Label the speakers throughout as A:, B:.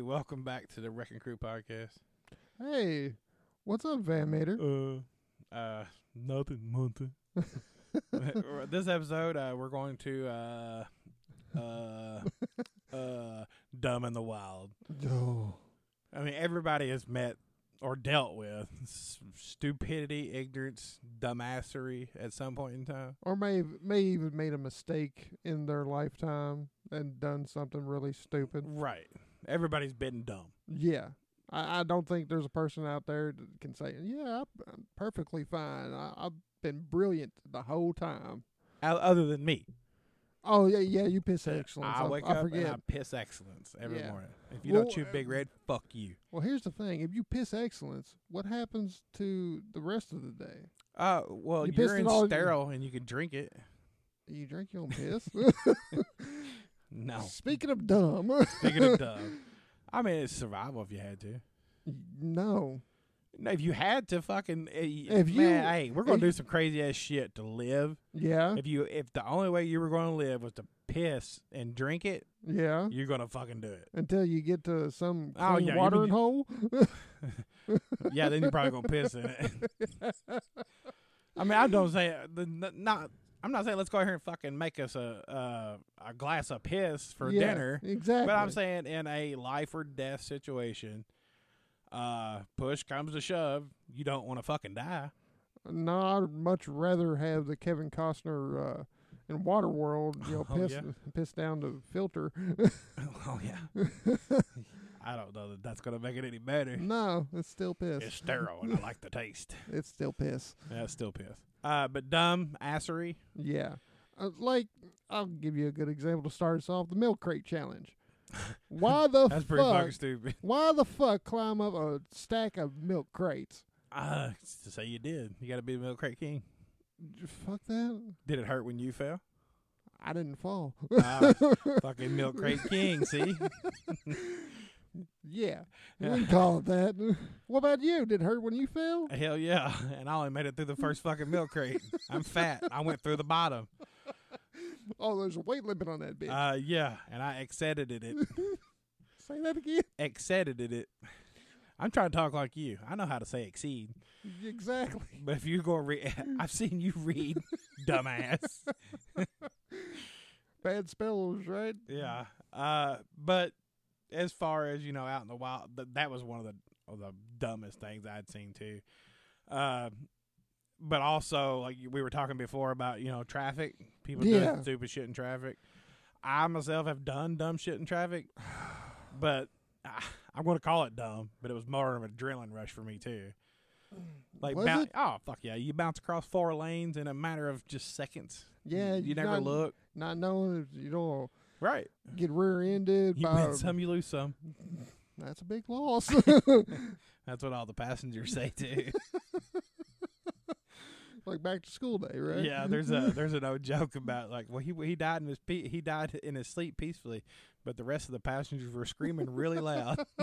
A: Welcome back to the Wrecking Crew podcast.
B: Hey, what's up, Van Mater?
A: Uh, uh, nothing, nothing. this episode, uh, we're going to uh, uh, uh, Dumb in the Wild.
B: Oh,
A: I mean, everybody has met or dealt with s- stupidity, ignorance, dumbassery at some point in time.
B: or may may even made a mistake in their lifetime and done something really stupid.
A: Right. Everybody's been dumb.
B: Yeah, I, I don't think there's a person out there that can say, "Yeah, I- I'm perfectly fine. I, I've been brilliant the whole time."
A: O- Other than me,
B: Oh yeah, yeah, you piss excellence.
A: I wake
B: I
A: up
B: forget.
A: and I piss excellence every
B: Yeah.
A: morning. If you don't
B: Well,
A: chew
B: uh,
A: big red, fuck you.
B: Well, here's the thing: if you piss excellence, what happens to the rest of the day?
A: Uh, well,
B: You
A: you
B: pissed
A: are
B: it
A: in
B: all-
A: sterile and you can drink it.
B: You drink your own piss.
A: Oh. No,
B: Speaking of dumb,
A: speaking of dumb, I mean it's survival if you had to.
B: no.
A: No, if you had to fucking, if
B: If
A: you,
B: you-
A: man, hey, we're gonna
B: if-
A: do some crazy ass shit to live.
B: Yeah,
A: If you, if the only way you were gonna live was to piss and drink it,
B: yeah.
A: you're gonna fucking do it.
B: Until you get to some
A: Oh,
B: clean
A: yeah, you
B: watering
A: mean-
B: hole.
A: Yeah, then you're probably gonna piss in it. I mean, I don't say the n- not. I'm not saying let's go out here and fucking make us a uh, a glass of piss for
B: Yeah,
A: dinner.
B: Exactly.
A: But I'm saying in a life or death situation, uh, push comes to shove, you don't want to fucking die.
B: no, I'd much rather have the Kevin Costner uh, in Waterworld, you know,
A: Oh,
B: piss
A: yeah.
B: piss down the filter.
A: oh yeah. I don't know that that's gonna make it any better.
B: no, it's still piss.
A: It's sterile and I like the taste.
B: It's still piss.
A: That's still piss. Uh, but dumb assery.
B: Yeah. Uh, like, I'll give you a good example to start us off: the milk crate challenge. Why the
A: That's pretty
B: Oh, fuck?
A: fucking stupid.
B: Why the fuck climb up a stack of milk crates?
A: Uh, to say you did, you got to be the milk crate king.
B: Fuck that.
A: Did it hurt when you fell?
B: I didn't fall.
A: Uh, fucking milk crate king. See,
B: Yeah. You
A: Yeah.
B: can call it that. What about you? Did it hurt when you fell?
A: hell yeah, and I only made it through the first fucking milk crate. I'm fat. I went through the bottom.
B: Oh, there's a weight limit on that bitch.
A: Uh, yeah, and I exceeded it.
B: Say that again.
A: Exceeded it. I'm trying to talk like you. I know how to say exceed,
B: Exactly.
A: but if you go read, I've seen you read, dumbass.
B: Bad spells, right?
A: Yeah. Uh, but as far as you know, out in the wild, th- that was one of the of the dumbest things I'd seen too. Uh, but also, like we were talking before about you know traffic, people
B: Yeah.
A: doing stupid shit in traffic. I myself have done dumb shit in traffic, but I, I'm going to call it dumb. But it was more of an adrenaline rush for me too. Like,
B: Was
A: boun-
B: it?
A: oh fuck yeah, you bounce across four lanes in a matter of just seconds.
B: Yeah.
A: you
B: you're
A: never
B: not,
A: look
B: Not knowing if you don't
A: right.
B: get rear-ended
A: You
B: by.
A: win some, you lose some.
B: That's a big loss.
A: That's what all the passengers say too.
B: like back to school day, right?
A: Yeah, there's a there's an old joke about like, well, he he died in his pe- he died in his sleep peacefully, but the rest of the passengers were screaming really loud.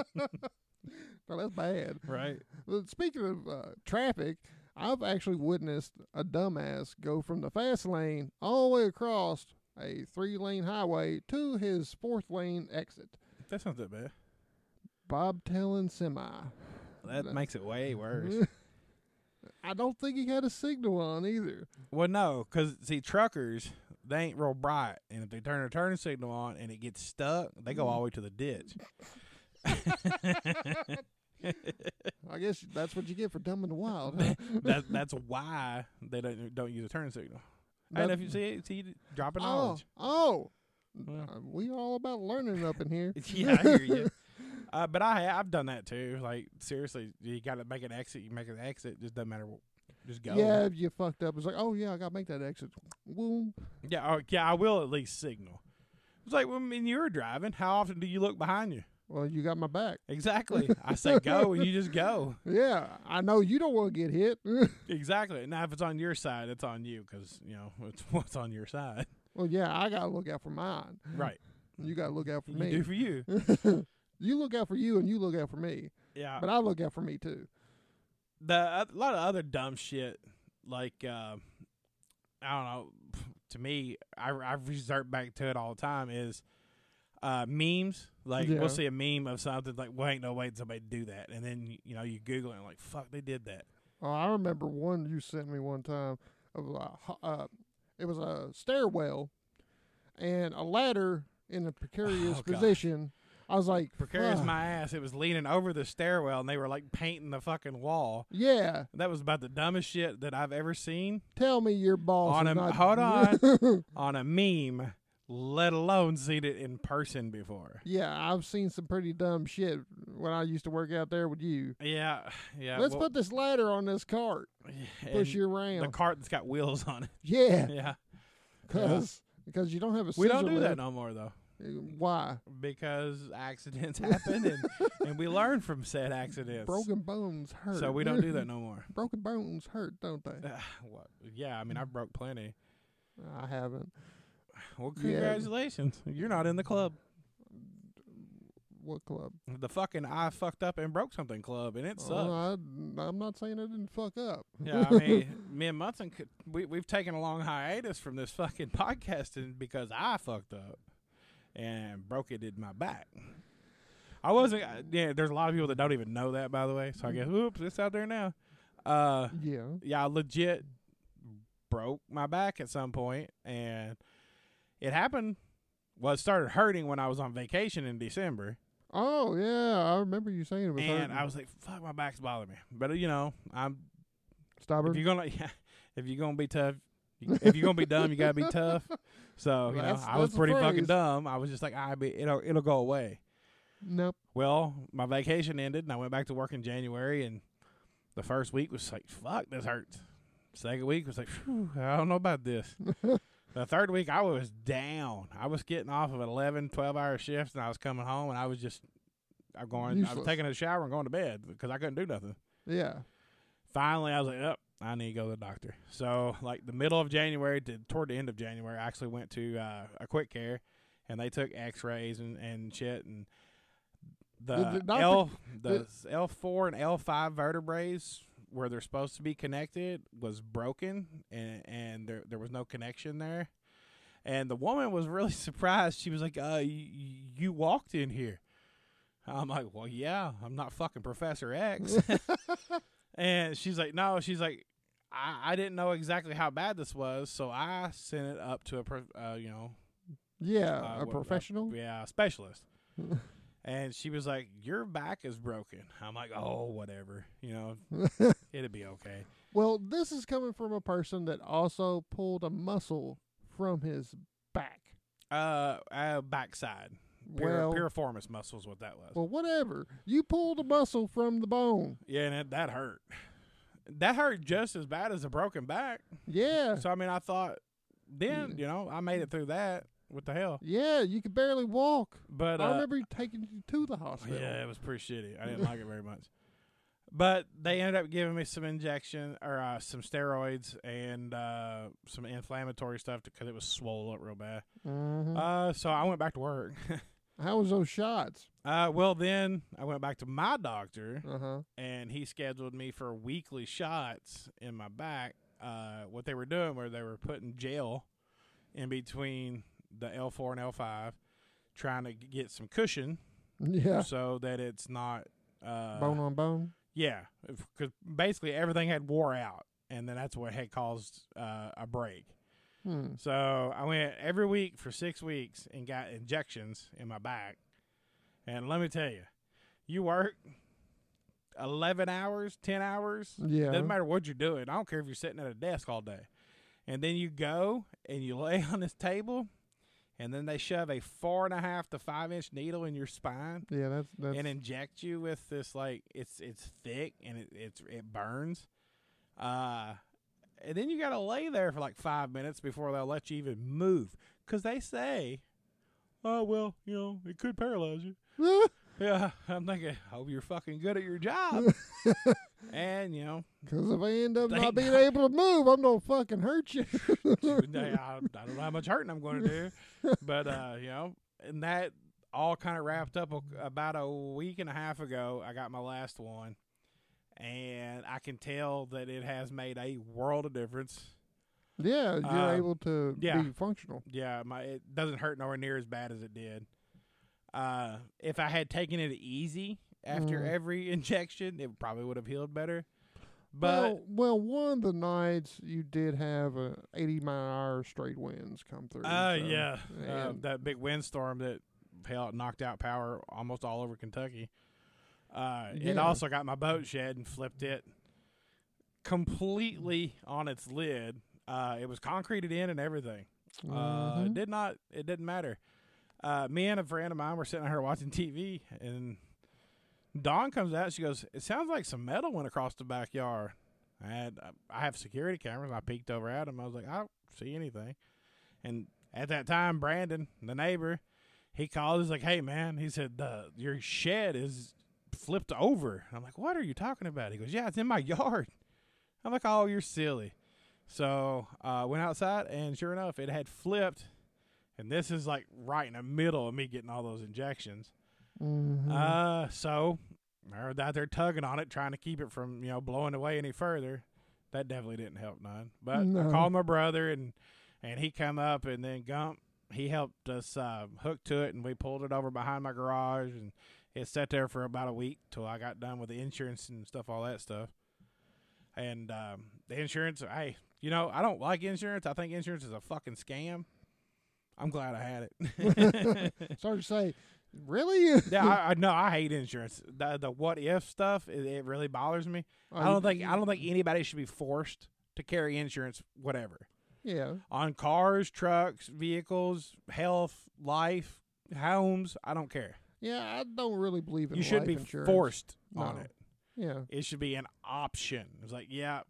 B: Well, Oh, that's bad.
A: right?
B: Well, Speaking of uh, traffic, I've actually witnessed a dumbass go from the fast lane all the way across a three-lane highway to his fourth-lane exit.
A: That's not that bad.
B: Bobtailing semi.
A: That
B: That-
A: makes it way worse.
B: I don't think he had a signal on either.
A: well, no, because see, truckers they ain't real bright, and if they turn their turn signal on and it gets stuck, they go all the way to the ditch.
B: I guess that's what you get for dumb in the wild. Huh?
A: That that's why they don't don't use a turn signal.
B: That-
A: and if you see see dropping
B: oh,
A: knowledge.
B: oh,
A: Yeah.
B: Uh, we all about learning up in here.
A: yeah, I hear you. Uh, but I ha- I've done that too. Like seriously, you got to make an exit. You make an exit. Just doesn't matter. wh- Just go.
B: Yeah, if you fucked up, it's like, oh yeah, I gotta make that exit. Boom.
A: Yeah. Or, yeah. I will at least signal. It's like when when you're driving. How often do you look behind you?
B: Well, you got my back.
A: Exactly. I say go, and you just go.
B: Yeah, I know you don't want to get hit.
A: Exactly. Now, if it's on your side, it's on you because you know it's what's on your side.
B: Well, yeah, I gotta look out for mine.
A: Right.
B: You gotta look out for
A: You do
B: me.
A: for you.
B: you look out for you, and you look out for me.
A: Yeah.
B: But I look out for me too.
A: the a lot of other dumb shit like uh, I don't know. To me, I I resort back to it all the time is uh, memes Like
B: Yeah.
A: we'll see a meme of something like, "Well, ain't no way somebody do that," and then you know you Google it and like, "Fuck, they did that."
B: Oh, I remember one you sent me one time of a, ho- uh, it was a stairwell and a ladder in a precarious
A: Oh, God.
B: position. I was like,
A: Precarious
B: "Fuck."
A: my ass. It was leaning over the stairwell and they were like painting the fucking wall.
B: Yeah,
A: That was about the dumbest shit that I've ever seen
B: tell me your boss.
A: On
B: is
A: a-
B: not-
A: hold on. on a meme, let alone seen it in person before.
B: yeah, I've seen some pretty dumb shit when I used to work out there with you.
A: Yeah, yeah.
B: Let's
A: well,
B: put this ladder on this cart, push
A: and
B: you
A: the
B: around.
A: cart that's got wheels on it.
B: yeah,
A: Yeah,
B: because because you don't have a.
A: we don't
B: scissor
A: do that
B: lift.
A: no more though
B: Why?
A: because accidents happen and, and we learn from said accidents.
B: Broken bones hurt.
A: so we don't do that no more.
B: Broken bones hurt, don't they?
A: Uh, what? Yeah, I mean I broke plenty.
B: I haven't.
A: Well,
B: Yeah.
A: congratulations, you're not in the club.
B: What club?
A: The fucking I fucked up and broke something club, and it sucks.
B: Oh, I, I'm not saying I didn't fuck up.
A: Yeah, I mean, me and Munson, could, we we've taken a long hiatus from this fucking podcasting because I fucked up and broke it in my back. I wasn't. I- Yeah, there's a lot of people that don't even know that, by the way. So I
B: Mm-hmm.
A: guess, oops, it's out there now. Uh,
B: yeah.
A: yeah, I legit broke my back at some point, and it happened. Well, it started hurting when I was on vacation in December,
B: Oh yeah, I remember you saying it was.
A: and
B: hurting.
A: I was like, "Fuck, my back's bothering me." But uh, you know, I'm If
B: stubborn.
A: you're gonna, yeah, if you're gonna be tough, you- if you're gonna be dumb, you gotta be tough. So you
B: That's-
A: know, I was
B: that's a
A: pretty fucking
B: phrase.
A: dumb. I was just like, I be, it'll it'll go away.
B: nope.
A: Well, my vacation ended, and I went back to work in January. And the first week was like, fuck, this hurts. Second week was like, Phew, I don't know about this. the third week, I was down. I was getting off of 11, 12 hour shifts, and I was coming home, and I was just, I'm going, I was
B: Useless.
A: taking a shower and going to bed because I couldn't do nothing
B: Yeah.
A: finally I was like, up, I need to go to the doctor. So like the middle of January to toward the end of January, I actually went to uh, a quick care, and they took X rays and, and shit and
B: Did
A: the
B: the doctor-
A: L the L four and L five vertebrae where they're supposed to be connected was broken and and there there was no connection there. And the woman was really surprised. She was like, "Uh, you, you walked in here." I'm like, "Well, yeah, I'm not fucking Professor X." and she's like, "No," she's like, "I, I didn't know exactly how bad this was, so I sent it up to a pro, uh, you know,
B: Yeah.
A: Uh,
B: a
A: what- uh,
B: professional.
A: yeah, specialist." and she was like, "Your back is broken." I'm like, "Oh, whatever, you know, it'll be okay."
B: well, this is coming from a person that also pulled a muscle from his back.
A: Uh, uh backside, Pir-
B: well,
A: piriformis muscles, what that was.
B: well, whatever. You pulled a muscle from the bone.
A: Yeah, and it, that hurt. That hurt just as bad as a broken back.
B: Yeah.
A: So I mean, I thought then, you know, I made it through that. What the hell?
B: yeah. You could barely walk.
A: But
B: I
A: uh,
B: remember taking you to the hospital.
A: yeah, it was pretty shitty. I didn't like it very much. But they ended up giving me some injection or uh, some steroids and uh, some inflammatory stuff because it was swollen up real bad.
B: Mhm.
A: Uh, so I went back to work.
B: How was those shots?
A: uh, well, then I went back to my doctor.
B: Uh huh.
A: and he scheduled me for weekly shots in my back. Uh, what they were doing were they were putting gel in between the L4 and L5, trying to get some cushion
B: Yeah.
A: so that it's not. Uh,
B: bone on bone.
A: Yeah, because basically everything had wore out, and then that's what had caused uh, a break.
B: Hmm.
A: So I went every week for six weeks and got injections in my back. And let me tell you, you work 11 hours, 10 hours.
B: Yeah.
A: Doesn't matter what you're doing. I don't care if you're sitting at a desk all day. And then you go and you lay on this table, and then they shove a four and a half to five inch needle in your spine
B: Yeah, that's that's
A: and inject you with this like it's it's thick and it it's, it burns. Uh and then you got to lay there for like 5 minutes before they'll let you even move cuz they say oh well, you know, it could paralyze you. Yeah, I'm thinking, hope you're fucking good at your job. and you know,
B: because if I end up
A: Thank
B: not being
A: God.
B: able to move, I'm gonna fucking hurt you.
A: I, I don't know how much hurting I'm going to do, but uh, you know, and that all kind of wrapped up a- about a week and a half ago. I got my last one, and I can tell that it has made a world of difference.
B: yeah, you're
A: Uh,
B: able to
A: yeah.
B: be functional.
A: Yeah, my it doesn't hurt nowhere near as bad as it did. Uh, if I had taken it easy after
B: Mm.
A: every injection, it probably would have healed better. But
B: Well, well, one of the nights you did have uh, 80 mile an hour straight winds come through.
A: Uh,
B: so-
A: yeah, uh,
B: and-
A: that big windstorm that hell knocked out power almost all over Kentucky. Uh, It
B: Yeah.
A: also got my boat shed and flipped it completely on its lid. Uh, it was concreted in and everything. Uh, it
B: Mhm.
A: did not. It didn't matter. Uh, me and a friend of mine were sitting out here watching TV, and Dawn comes out. She goes, "It sounds like some metal went across the backyard." And uh, I have security cameras. I peeked over at him. I was like, "I don't see anything." And at that time, Brandon, the neighbor, he called. He's like, "Hey, man," he said, the, "Your shed is flipped over." I'm like, "What are you talking about?" He goes, "Yeah, it's in my yard." I'm like, "Oh, you're silly." So uh, went outside, and sure enough, it had flipped. And this is like right in the middle of me getting all those injections.
B: Mhm.
A: Uh, so I was out there tugging on it, trying to keep it from you know blowing away any further. That definitely didn't help none. But I
B: No.
A: called my brother, and and he come up, and then Gump he helped us uh, hook to it, and we pulled it over behind my garage, and it sat there for about a week till I got done with the insurance and stuff, all that stuff. And um, the insurance, hey, you know, I don't like insurance. I think insurance is a fucking scam. I'm glad I had it.
B: Sorry to say, really?
A: yeah, I, I no, I hate insurance. The, the what if stuff, it, it really bothers me. I don't think I don't think anybody should be forced to carry insurance, whatever,
B: Yeah.
A: on cars, trucks, vehicles, health, life, homes. I don't care.
B: Yeah, I don't really believe in
A: you should
B: life
A: be
B: insurance.
A: forced on
B: No.
A: it.
B: Yeah.
A: It should be an option. It's like yeah,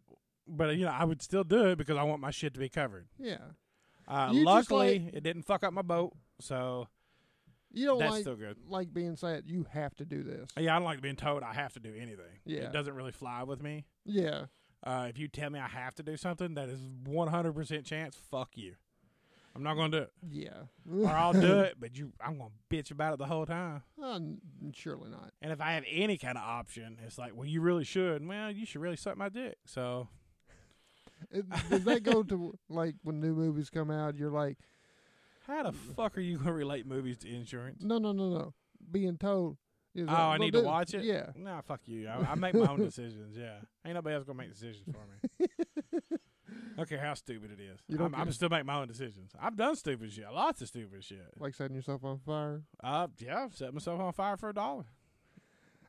A: but you know I would still do it because I want my shit to be covered.
B: Yeah.
A: Uh,
B: You just
A: luckily, it didn't fuck up my boat, so
B: You don't
A: that's
B: like
A: still good.
B: like being said you have to do this.
A: Yeah, I don't like being told I have to do anything.
B: Yeah.
A: It doesn't really fly with me.
B: Yeah.
A: Uh, if you tell me I have to do something, that is 100% chance, fuck you. I'm not going to do it. Or
B: Yeah.
A: I'll do it, but you, I'm going to bitch about it the whole time.
B: Uh, n- surely not.
A: And if I have any kind of option, it's like, well, you really should. Well, you should really suck my dick. So,
B: It, does that go to like when new movies come out? You're like,
A: how the fuck are you going to relate movies to insurance?
B: no, no, no, no. Being told. is
A: Oh,
B: like,
A: I
B: "Well,
A: need to
B: do-"
A: watch it?
B: Yeah.
A: Nah, fuck you. I, I make my own decisions. Yeah. Ain't nobody else going to make decisions for me. I don't care how stupid it is.
B: You don't
A: I'm, I'm
B: care.
A: still making my own decisions. I've done stupid shit. Lots of stupid shit.
B: Like setting yourself on fire
A: Uh, yeah, I've set myself on fire for a dollar.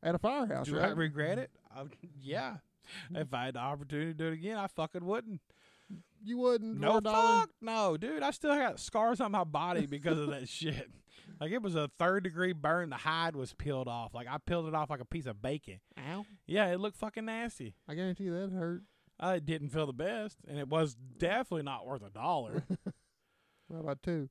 B: at a firehouse,
A: Do I
B: right?
A: regret it? I, yeah. If I had the opportunity to do it again, I fucking wouldn't.
B: you wouldn't.
A: No
B: for a dollar?
A: fuck, no, dude. I still got scars on my body because of that shit. Like it was a third degree burn. The hide was peeled off. Like I peeled it off like a piece of bacon.
B: Ow.
A: Yeah, it looked fucking nasty.
B: I guarantee you that hurt.
A: I didn't feel the best, and it was definitely not worth a dollar.
B: How about two?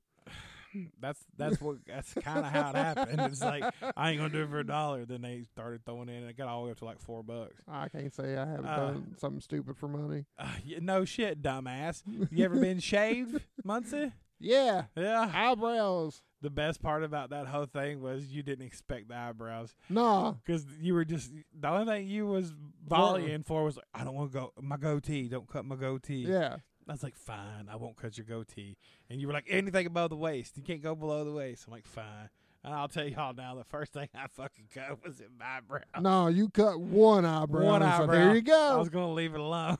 A: That's that's what that's kind of how it happened. It's like I ain't gonna do it for a dollar. Then they started throwing in, and it got all the way up to like four bucks.
B: I can't say I haven't
A: Uh,
B: done something stupid for money.
A: Uh, y- no shit, dumbass. You ever been shaved, Muncie?
B: Yeah.
A: Yeah.
B: Eyebrows.
A: The best part about that whole thing was you didn't expect the eyebrows
B: Nah.
A: because you were just the only thing you was volleying for was like, I don't want to go my goatee. Don't cut my goatee.
B: Yeah.
A: I was like, fine, I won't cut your goatee. And you were like, anything above the waist. You can't go below the waist. I'm like, fine. And I'll tell y'all now, the first thing I fucking cut was in my brow.
B: No, you cut one eyebrow.
A: Uh, One
B: and it's like,
A: eyebrow.
B: there you go.
A: I was gonna leave it alone.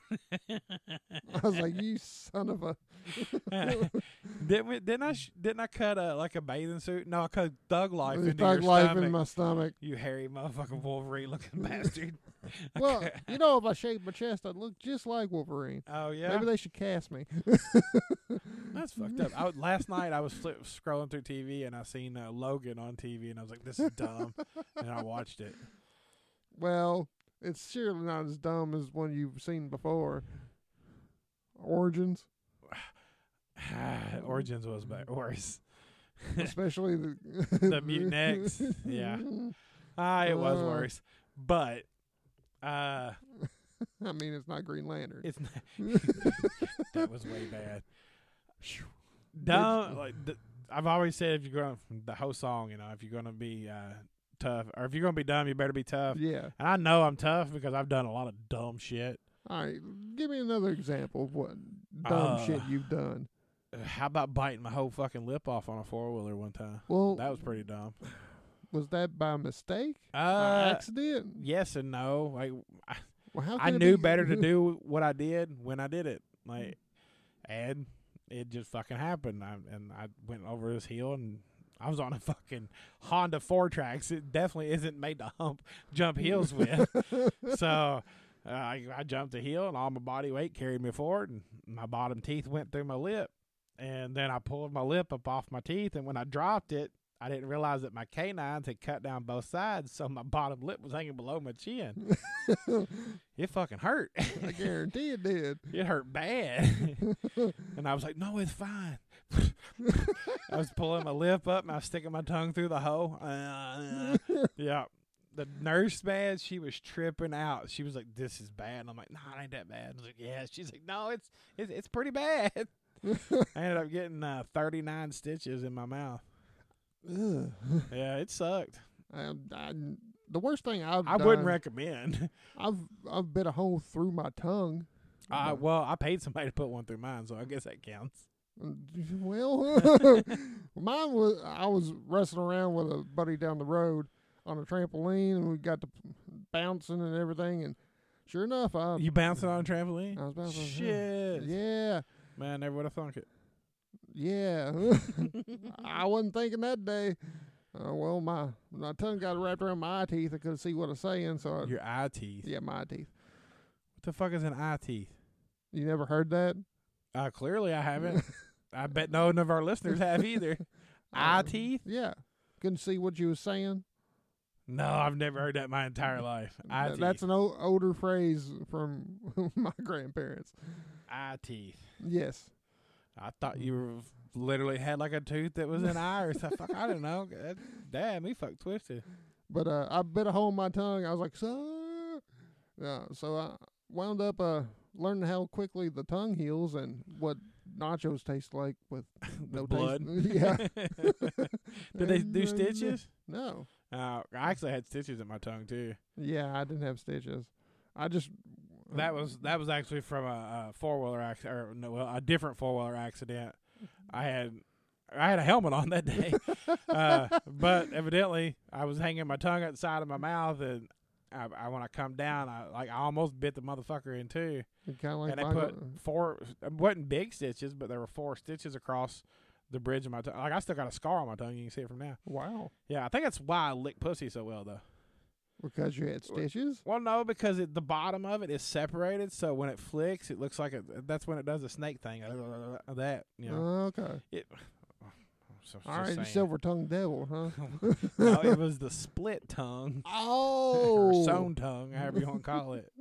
B: like, you son of a.
A: didn't we, didn't I sh- didn't I cut a like a bathing suit? No, I cut Thug Life into
B: thug
A: your
B: life
A: stomach.
B: in my stomach.
A: you hairy motherfucking Wolverine looking bastard. I
B: Well,
A: cut-
B: you know, if I shaved my chest, I'd look just like Wolverine.
A: oh yeah,
B: Maybe they should cast me.
A: that's fucked up. I, was- last night I was flip, scrolling through TV and I seen uh, Logan on TV and I was like, this is dumb, and I watched it.
B: Well, it's surely not as dumb as one you've seen before. Origins,
A: Origins was ba- worse.
B: especially the
A: The Mutinex. Yeah. Ah, it was
B: Uh.
A: worse, but uh,
B: I mean, it's not Green Lantern.
A: it's that was way bad. Dumb. Like th- I've always said, if you're going to the whole song, you know, if you're gonna be uh, tough or if you're gonna be dumb, you better be tough.
B: yeah.
A: And I know I'm tough because I've done a lot of dumb shit.
B: All right. Give me another example of what dumb
A: Uh,
B: shit you've done.
A: How about biting my whole fucking lip off on a four wheeler one time?
B: Well,
A: That was pretty dumb.
B: was that by mistake, by
A: Uh,
B: accident?
A: yes and no. Like I,
B: Well, how
A: I
B: could it
A: knew
B: be-
A: better to do what I did when I did it. Like, and it just fucking happened. I, and I went over this hill and I was on a fucking Honda four tracks. It definitely isn't made to hump jump hills with. so uh, I, I jumped a hill and all my body weight carried me forward and my bottom teeth went through my lip. And then I pulled my lip up off my teeth. And when I dropped it, I didn't realize that my canines had cut down both sides. So my bottom lip was hanging below my chin it fucking hurt.
B: I guarantee it did.
A: it hurt bad. and I was like, no, it's fine. I was pulling my lip up and I was sticking my tongue through the hole. Uh, uh, yeah. The nurse man, she was tripping out. She was like, "This is bad." And I'm like, "No, it ain't that bad." I was like, "Yeah." She's like, "No, it's it's, it's pretty bad." I ended up getting uh, 39 stitches in my mouth.
B: Ugh.
A: Yeah, it sucked.
B: I, I, the worst thing I've
A: I wouldn't
B: done-
A: recommend.
B: I've I've bit a hole through my tongue.
A: Uh, well, I paid somebody to put one through mine, so I guess that counts.
B: um, Well, mine was I was wrestling around with a buddy down the road on a trampoline, and we got to bouncing and everything. And sure enough, I,
A: You bouncing on a trampoline?
B: I was bouncing.
A: Shit.
B: Yeah,
A: Man, I never would have thunk it.
B: yeah. I wasn't thinking that day. Uh, well, my my tongue got wrapped around my eye teeth. I couldn't see what I was saying, so I,
A: Your eye teeth.
B: yeah, my eye teeth.
A: What the fuck is an eye teeth?
B: You never heard that?
A: Uh, clearly, I haven't. I bet none of our listeners have either. eye
B: Um,
A: teeth?
B: Yeah, couldn't see what you was saying.
A: No, I've never heard that my entire life. Eye
B: Th-
A: teeth.
B: That's an old, older phrase from my grandparents.
A: eye teeth. Mm.
B: Yes.
A: I thought you were, literally had like a tooth that was an eye or something. Fuck, I don't know. That, damn, he fuck twisted.
B: But uh, I bit a hole in my tongue. I was like, sir. Yeah, so I wound up uh, learning how quickly the tongue heals and what nachos taste like with no
A: blood.
B: Taste. yeah.
A: Did they do stitches?
B: No.
A: Uh, I actually had stitches in my tongue too.
B: Yeah, I didn't have stitches. I just. uh,
A: That was that was actually from a, a four wheeler accident, or no, well, a different four wheeler accident. I had I had a helmet on that day, uh, but evidently I was hanging my tongue outside of my mouth, and I, I when I come down, I like I almost bit the motherfucker in two,
B: kind of like
A: and they
B: my
A: put
B: gr-
A: four it wasn't big stitches, but there were four stitches across the bridge of my tongue. Like I still got a scar on my tongue, you can see it from now.
B: Wow.
A: Yeah, I think that's why I lick pussy so well though.
B: Because you had stitches?
A: Well, no, because it, the bottom of it is separated, so when it flicks, it looks like it, that's when it does the snake thing. uh, That you know.
B: Okay.
A: So-
B: Uh, All
A: just
B: right, you
A: saying.
B: silver tongued devil, huh?
A: no, it was the split tongue
B: Oh.
A: or sewn tongue, however you want to call it.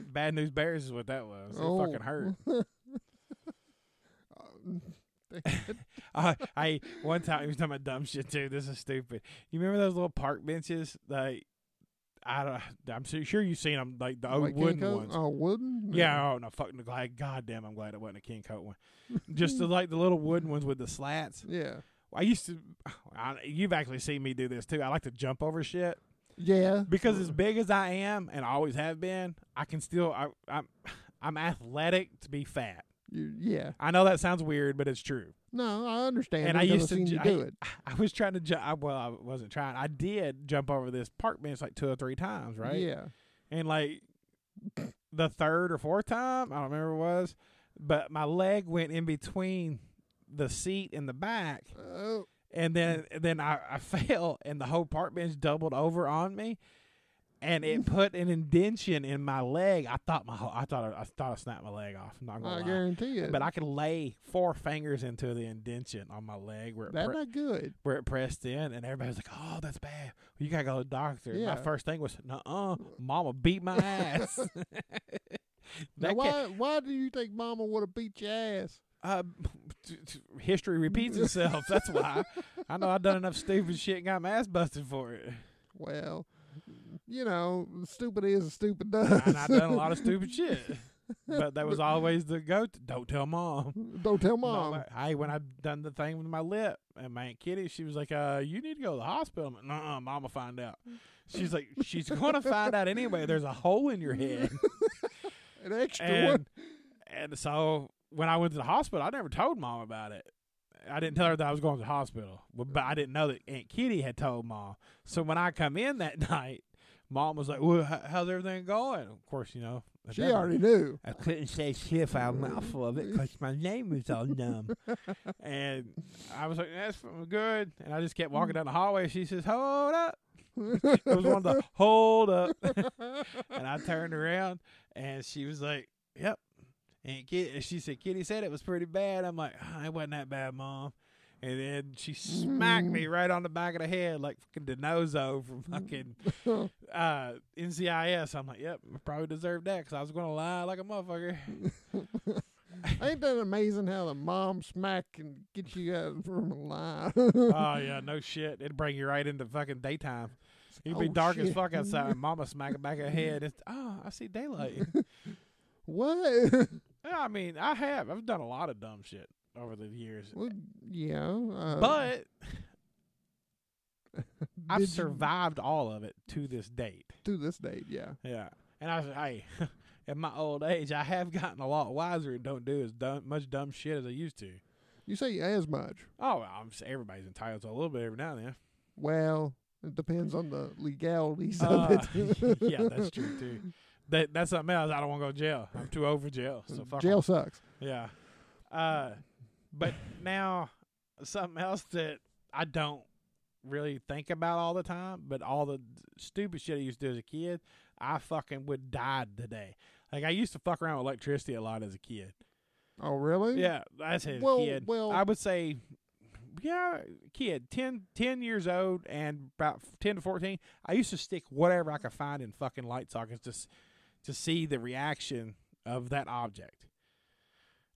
A: Bad news bears is what that was. It
B: Oh.
A: fucking hurt.
B: Um,
A: I, I Uh, one time he was talking about dumb shit too. This is stupid. You remember those little park benches? Like I don't. I'm su- sure you've seen them, like the old
B: like
A: wooden
B: Kinko?
A: ones.
B: Oh, wooden?
A: Yeah, oh no, fucking glad. God damn, I'm glad it wasn't a King Coat one. Just the, like the little wooden ones with the slats.
B: Yeah.
A: I used to. I, you've actually seen me do this too. I like to jump over shit
B: Yeah.
A: because as big as I am and always have been, I can still. I, I'm I'm athletic to be fat.
B: You, yeah.
A: I know that sounds weird, but it's true.
B: No, I understand.
A: And I
B: because
A: used
B: I've
A: to
B: seen
A: ju-
B: you
A: I-
B: do it.
A: I was trying to jump. I, well, I wasn't trying. I did jump over this park bench like two or three times, right?
B: Yeah.
A: And like the third or fourth time, I don't remember what it was, but my leg went in between the seat and the back.
B: Oh,
A: And then then I, I fell and the whole park bench doubled over on me. And it put an indention in my leg. I thought my whole- I thought I, I thought I snapped my leg off. I'm not
B: I
A: gonna lie.
B: guarantee it.
A: But I could lay four fingers into the indention on my leg where it
B: That's
A: pre-
B: not good.
A: where it pressed in, and everybody's like, "Oh, that's bad. You gotta go to the doctor."
B: Yeah.
A: My first thing was, "Nuh-uh, mama beat my ass."
B: Now,
A: that can't-
B: why? Why do you think Mama would have beat your ass?
A: uh, t- t- history repeats itself. That's why I know I've done enough stupid shit and got my ass busted for it,
B: Well, you know, stupid is and stupid does.
A: and I've done a lot of stupid shit. But that was always the go. to Don't tell mom.
B: Don't tell
A: No,
B: mom.
A: my- Hey, when I done the thing with my lip and my aunt Kitty, she was like, "Uh, you need to go to the hospital." I'm like, Nuh-uh, mama find out. She's like, she's gonna find out anyway. There's a hole in your head.
B: An extra one.
A: and and so when I went to the hospital, I never told mom about it. I didn't tell her that I was going to the hospital, but, but I didn't know that Aunt Kitty had told Mom. So when I come in that night, Mom was like, "Well, h- how's everything going?" Of course, you know at
B: She
A: that
B: already knew.
A: I couldn't say shit for a mouthful of it because my name was all numb. and I was like, that's f- good. And I just kept walking down the hallway. She says, hold up. It was one of the hold up. and I turned around and she was like, yep. And, Kit, and she said, Kitty said it was pretty bad. I'm like, "Ah, it wasn't that bad, Mom. And then she smacked me right on the back of the head like fucking Denozo from fucking uh, NCIS. I'm like, yep, I probably deserved that because I was going to lie like a motherfucker.
B: Ain't that amazing how the mom smack can get you out from a lie?
A: oh yeah, no shit. It'd bring you right into fucking daytime. It'd be
B: "Oh,
A: dark as
B: shit."
A: fuck outside. and Mama smacking back her head. It's, oh, I see daylight.
B: what?
A: yeah, I mean, I have. I've done a lot of dumb shit over the years,
B: well, yeah. Uh,
A: but
B: did
A: I've
B: you-
A: survived all of it to this date.
B: to this date, yeah.
A: Yeah, and I was hey, at my old age, I have gotten a lot wiser and don't do as dumb, much dumb shit as I used to.
B: You say as much.
A: Oh, I'm s- everybody's entitled to a little bit every now and then.
B: Well, it depends on the legalities
A: Uh,
B: of it.
A: yeah, that's true too. That that's something else. I don't want to go to jail. I'm too old for jail. So fuck 'em.
B: Jail sucks.
A: Yeah. Uh, but now something else that I don't really think about all the time, but all the stupid shit I used to do as a kid, I fucking would die today. Like I used to fuck around with electricity a lot as a kid.
B: Oh, really?
A: Yeah, that's as
B: Well,
A: a kid.
B: well-
A: I would say, yeah, kid, 10, 10 years old and about ten to fourteen. I used to stick whatever I could find in fucking light sockets just to see the reaction of that object.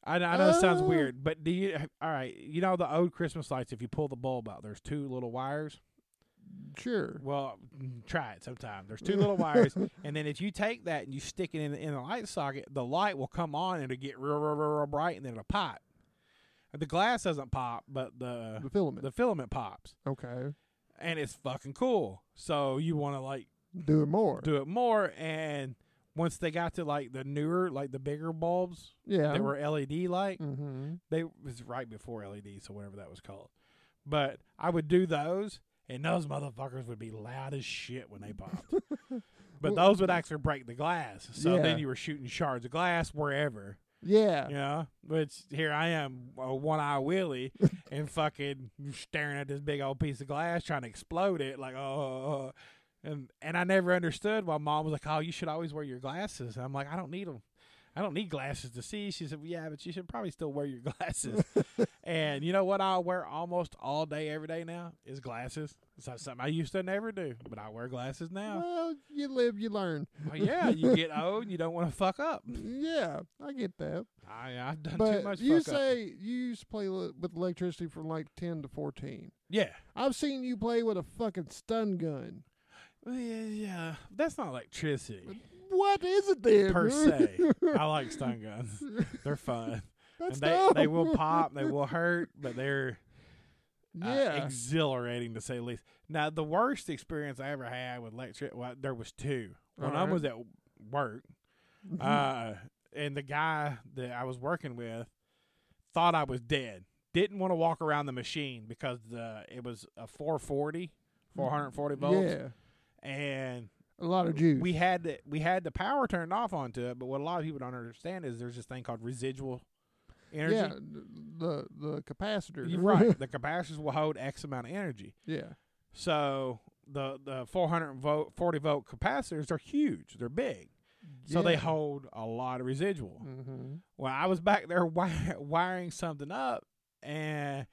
A: I, I know it sounds
B: Oh.
A: weird, but do you? All right, you know the old Christmas lights. If you pull the bulb out, there's two little wires.
B: Sure.
A: Well, mm, try it sometime. There's two little wires, and then if you take that and you stick it in the, in the light socket, the light will come on and it'll get real, real, real, real bright, and then it'll pop. The glass doesn't pop, but
B: The
A: the
B: filament.
A: the filament pops,
B: okay.
A: and it's fucking cool. So you want to like
B: Do it more.
A: do it more, and once they got to like the newer, like the bigger bulbs
B: yeah.
A: that were LED light,
B: mm-hmm.
A: they it was right before LED, so whatever that was called. But I would do those, and those motherfuckers would be loud as shit when they popped. but
B: Well-
A: those would actually break the glass, so
B: Yeah.
A: then you were shooting shards of glass wherever.
B: Yeah.
A: You know, which here I am, a one eye Willie, and fucking staring at this big old piece of glass, trying to explode it, like oh. And and I never understood why mom was like, "Oh, you should always wear your glasses." And I'm like, "I don't need them. I don't need glasses to see." She said, well, "Yeah, but you should probably still wear your glasses." and you know what? I wear almost all day, every day now is glasses. It's not something I used to never do, but I wear glasses now.
B: Well, you live, you learn.
A: Well, yeah, you get old, you don't want to fuck up.
B: Yeah, I get that.
A: I, I've done too
B: But
A: much.
B: you
A: fuck up.
B: say you used to play le- with electricity from like 10 to 14.
A: yeah.
B: I've seen you play with a fucking stun gun.
A: Well, yeah, yeah, that's not electricity
B: What is it then?
A: per se. I like stun guns; they're fun. And
B: That's
A: they,
B: dumb.
A: they will uh, pop, they will hurt, but they're uh,
B: Yeah.
A: exhilarating to say the least. Now, the worst experience I ever had with electric, well, there was two. One of
B: Alright.
A: them
B: Mm-hmm.
A: was at work, uh, and the guy that I was working with thought I was dead. Didn't want to walk around the machine because the it was a 440, 440 volts,
B: yeah,
A: and
B: a lot of juice.
A: we had the, we had the power turned off onto it, but what a lot of people don't understand is there's this thing called residual energy.
B: yeah, the the capacitor.
A: You're right. the capacitors will hold X amount of energy.
B: yeah,
A: So the the 400 volt 40 volt capacitors are huge. They're big. So they
B: Yeah.
A: hold a lot of residual.
B: Mm-hmm.
A: Well, I was back there wire, wiring something up, and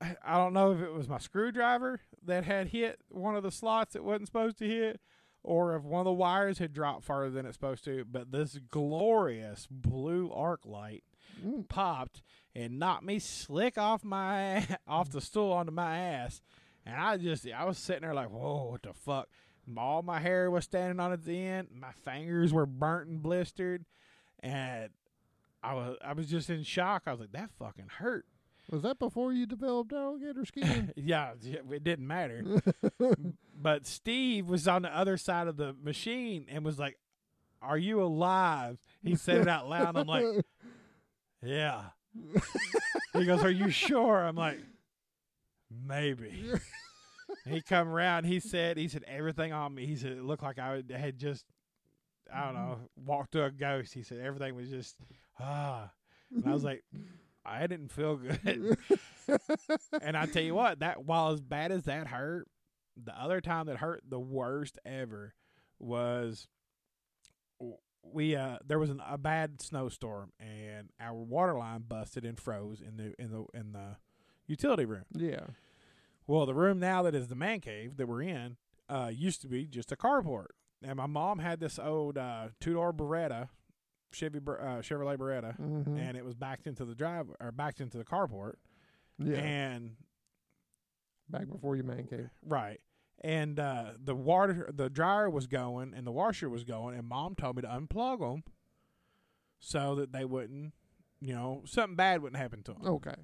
A: I don't know if it was my screwdriver that had hit one of the slots it wasn't supposed to hit, or if one of the wires had dropped farther than it's supposed to. But this glorious blue arc light
B: Mm.
A: popped and knocked me slick off my off the stool onto my ass, and I just I was sitting there like, whoa, what the fuck. All my hair was standing on its end. My fingers were burnt and blistered, and I was I was just in shock. I was like, that fucking hurt.
B: Was that before you developed alligator skin?
A: Yeah, it didn't matter. but Steve was on the other side of the machine and was like, "Are you alive?" He said it out loud. I'm like, "Yeah." he goes, "Are you sure?" I'm like, "Maybe." he come around. He said, "He said everything on me." He said it looked like I would- had just, I don't know, walked through a ghost. He said everything was just ah, and I was like, I didn't feel good. and I tell you what, that while as bad as that hurt, the other time that hurt the worst ever was we uh there was an, a bad snowstorm and our water line busted and froze in the in the in the utility room.
B: yeah.
A: Well, the room now that is the man cave that we're in uh, used to be just a carport. And my mom had this old uh, two door Beretta, Chevy Ber- uh, Chevrolet Beretta,
B: hmm
A: and it was backed into the drive or backed into the carport.
B: yeah.
A: And
B: Back before you man cave.
A: right, and uh, the water, the dryer was going and the washer was going, and mom told me to unplug them so that they wouldn't, you know, something bad wouldn't happen to them.
B: Okay.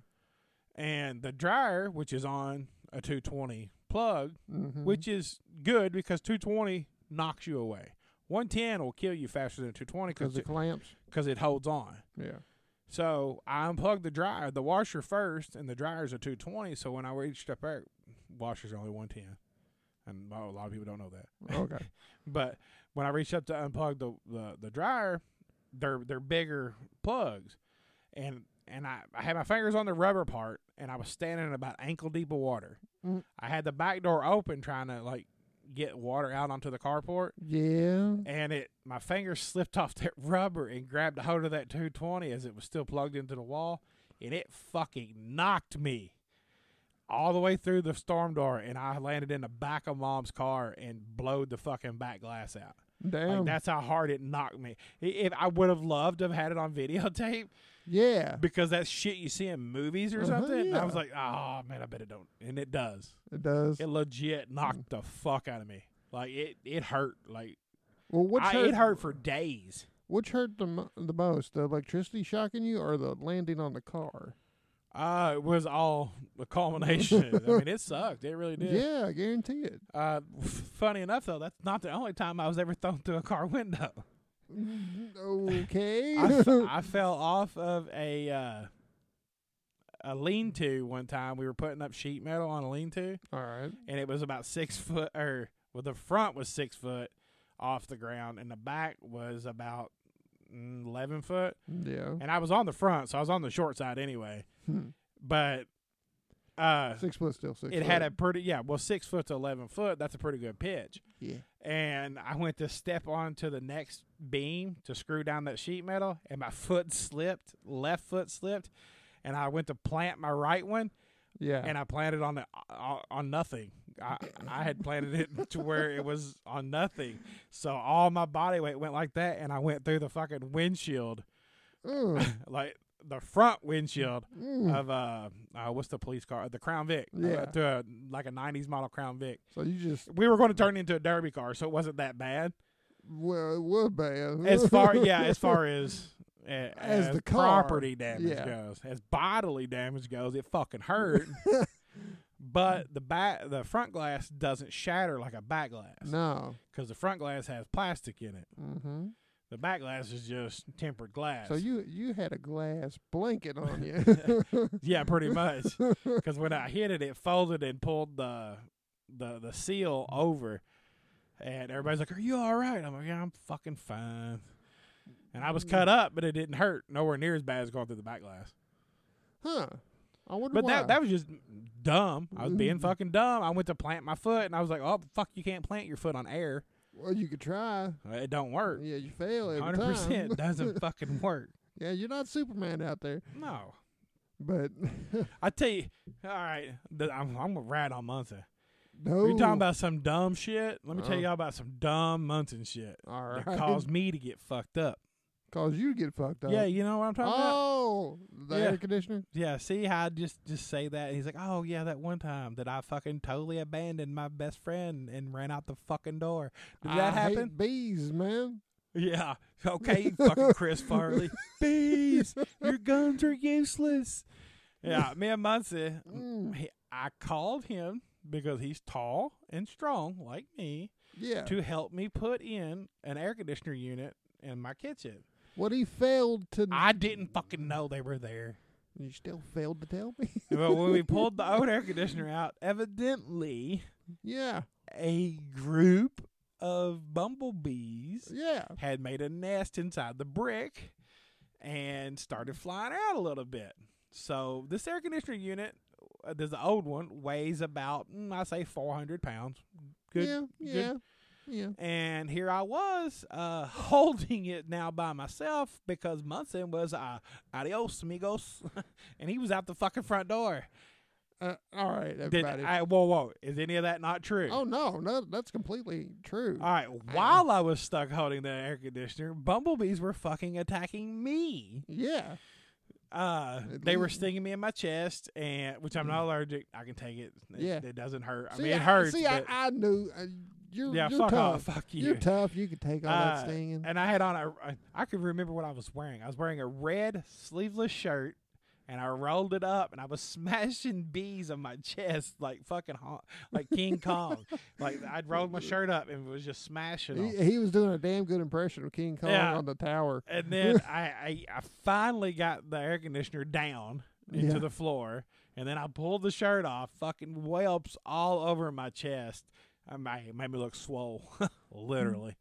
A: And the dryer, which is on a 220 plug,
B: hmm
A: which is good because 220 knocks you away. 110 will kill you faster than 220
B: because the clamps.
A: because it holds on.
B: Yeah.
A: So I unplugged the dryer, the washer first, and the dryer's a 220. So when I reached up there, washer's only 110. And a lot of people don't know that.
B: Okay.
A: But when I reached up to unplug the, the, the dryer, they're they're bigger plugs. And and I, I had my fingers on the rubber part and I was standing in about ankle deep of water.
B: Mm.
A: I had the back door open trying to like get water out onto the carport
B: yeah.
A: and it my fingers slipped off that rubber and grabbed a hold of that 220 as it was still plugged into the wall and it fucking knocked me all the way through the storm door and i landed in the back of mom's car and blowed the fucking back glass out
B: Damn.
A: like that's how hard it knocked me I- if i would have loved to have had it on videotape
B: yeah.
A: because that's shit you see in movies or
B: Uh-huh,
A: something and i
B: yeah.
A: was like oh man i bet it don't and it does
B: It does.
A: it legit knocked the fuck out of me like it it hurt like
B: well, which
A: I,
B: hurt,
A: it hurt for days
B: Which hurt the mo- the most? The electricity shocking you, or the landing on the car?
A: Uh, it was all the culmination. I mean, it sucked. It really did.
B: Yeah, I guarantee it.
A: Uh, funny enough, though, that's not the only time I was ever thrown through a car window.
B: Okay.
A: I, f- I fell off of a uh, a lean-to one time. We were putting up sheet metal on a lean-to,
B: All right.
A: and it was about six foot, or well, the front was six foot off the ground, and the back was about mm, eleven foot.
B: Yeah.
A: And I was on the front, so I was on the short side anyway.
B: Hmm.
A: But uh,
B: Six foot still six.
A: it had a pretty yeah well six foot to 11 foot that's a pretty good pitch
B: yeah.
A: and i went to step onto the next beam to screw down that sheet metal and my foot slipped left foot slipped and i went to plant my right one
B: Yeah.
A: and i planted on the on- on nothing I, I had planted it to where it was on nothing so all my body weight went like that and i went through the fucking windshield
B: Mm,
A: like the front windshield
B: mm.
A: of uh, uh what's the police car the crown vic
B: Yeah.
A: uh, to a, like a 90s model crown vic
B: so you just
A: we were going to turn it into a derby car, so it wasn't that bad.
B: well, it was bad.
A: As far yeah, as far as uh, as,
B: the car,
A: property damage
B: yeah.
A: goes, as bodily damage goes, it fucking hurt. but the back, the front glass doesn't shatter like a back glass
B: no.
A: because the front glass has plastic in it.
B: Mm-hmm.
A: The back glass is just tempered glass.
B: So you you had a glass blanket on you.
A: yeah, pretty much. Because when I hit it, it folded and pulled the the the seal over, and everybody's like, "Are you all right?" I'm like, "Yeah, I'm fucking fine." And I was cut
B: Mm.
A: up, but it didn't hurt. Nowhere near as bad as going through the back glass.
B: huh. I wonder
A: But
B: why.
A: that that was just dumb. I was being
B: Mm.
A: fucking dumb. I went to plant my foot, and I was like, "Oh fuck, you can't plant your foot on air.
B: well, you could try.
A: It don't work.
B: Yeah, you fail every
A: Hundred percent
B: time.
A: doesn't fucking work.
B: Yeah, you're not Superman out there,
A: No."
B: but
A: I tell you, all right, th- I'm, I'm gonna rat on Munson.
B: no.
A: You're talking about some dumb shit. Let me tell
B: Oh. Uh-huh.
A: y'all about some dumb Munson shit
B: all right?
A: that caused me to get fucked up.
B: Cause you get fucked up.
A: Yeah, you know what I'm talking about.
B: Oh, the
A: Yeah.
B: air conditioner.
A: Yeah, see how I just just say that. And he's like, oh yeah, that one time that I fucking totally abandoned my best friend and ran out the fucking door. Did that
B: I hate
A: happen?
B: bees, man.
A: Yeah. Okay, you fucking Chris Farley. Bees, your guns are useless. Yeah, me and Munson,
B: Mm,
A: he- I called him because he's tall and strong like me.
B: yeah.
A: to help me put in an air conditioner unit in my kitchen.
B: What he failed to.
A: I didn't fucking know they were there.
B: And you still failed to tell me?
A: well, when we pulled the old air conditioner out, evidently
B: yeah.
A: a group of bumblebees
B: Yeah.
A: had made a nest inside the brick and started flying out a little bit. So this air conditioner unit, uh, there's the old one, weighs about mm, I say 400 pounds. Good,
B: yeah.
A: good.
B: Yeah. Yeah.
A: And here I was uh, holding it now by myself because Munson was uh, adios amigos, and he was out the fucking front door.
B: Uh, all right,
A: Did
B: everybody.
A: I, whoa, whoa! Is any of that not true?
B: oh no, no, that's completely true.
A: All right. While I was stuck holding the air conditioner, bumblebees were fucking attacking me.
B: yeah.
A: Uh,
B: At
A: they were
B: least-
A: stinging me in my chest, and which I'm not allergic. I can take it. It,
B: Mm. Yeah.
A: it doesn't hurt. I
B: see,
A: mean, it hurts.
B: See,
A: but,
B: I, I knew uh, you're.
A: yeah,
B: you're
A: fuck
B: tough.
A: off, fuck you.
B: You're tough. You can take all
A: Uh,
B: that stinging.
A: and I had on a, I- I could remember what I was wearing. I was wearing a red sleeveless shirt, and I rolled it up, and I was smashing bees on my chest like fucking ho- like King Kong. like I'd rolled my shirt up and was just smashing them.
B: He, he was doing a damn good impression of King Kong
A: Yeah.
B: on the tower.
A: And then I, I I finally got the air conditioner down into
B: Yeah.
A: the floor, and then I pulled the shirt off. Fucking whelps all over my chest. I made, it made me look swole, literally.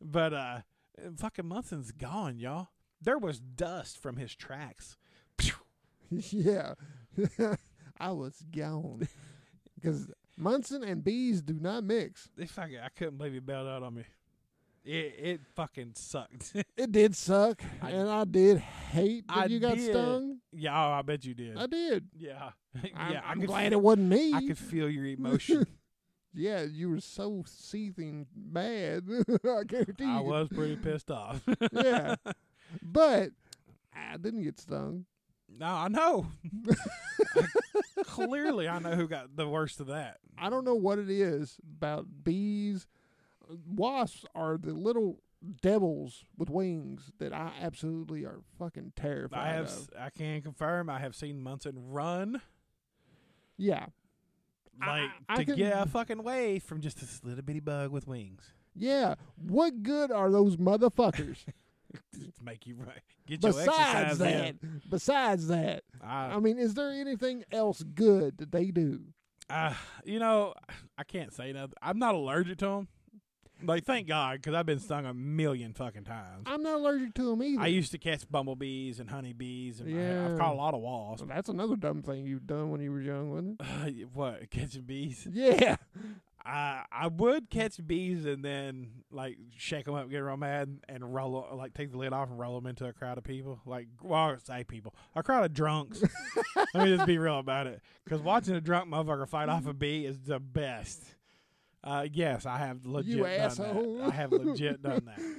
A: but uh, fucking Munson's gone, y'all. There was dust from his tracks. Phew.
B: yeah, I was gone because Munson and bees do not mix.
A: They fucking, I couldn't believe he bailed out on me. It it fucking sucked.
B: It did suck,
A: I-
B: and I did hate that
A: I
B: you got
A: did.
B: stung.
A: yeah, oh, I bet you did.
B: I did.
A: yeah,
B: I'm,
A: yeah. I
B: I'm
A: could
B: glad
A: f-
B: it wasn't me.
A: I could feel your emotion.
B: Yeah, you were so seething bad. I guarantee
A: I
B: you.
A: was pretty pissed off.
B: Yeah, but I didn't get stung.
A: No, I know. Clearly, I know who got the worst of that.
B: I don't know what it is about bees. Wasps are the little devils with wings that I absolutely are fucking terrified
A: I have,
B: of.
A: s- I can confirm, I have seen Munson run
B: Yeah, I-
A: like
B: I- I
A: to
B: can-
A: get a fucking away from just this little bitty bug with wings.
B: yeah. What good are those motherfuckers?
A: Just make you right. Get your
B: besides
A: exercise Uh,
B: that,
A: in.
B: besides that,
A: I,
B: I mean, is there anything else good that they do?
A: I, you know, I can't say nothing. I'm not allergic to them. Like, thank God, because I've been stung a million fucking times.
B: I'm not allergic to them either.
A: I used to catch bumblebees and honeybees, and I,
B: Yeah.
A: I've caught a lot of wasps.
B: Well, that's another dumb thing you've done when you were young, wasn't it?
A: what catching bees?
B: Yeah.
A: I I would catch bees and then like shake them up, get real mad, and roll like take the lid off and roll them into a crowd of people. Like well, I say people, a crowd of drunks. Let me just be real about it, because watching a drunk motherfucker fight off a bee is the best. Uh, yes, I have legit done
B: asshole.
A: that. I have legit done that.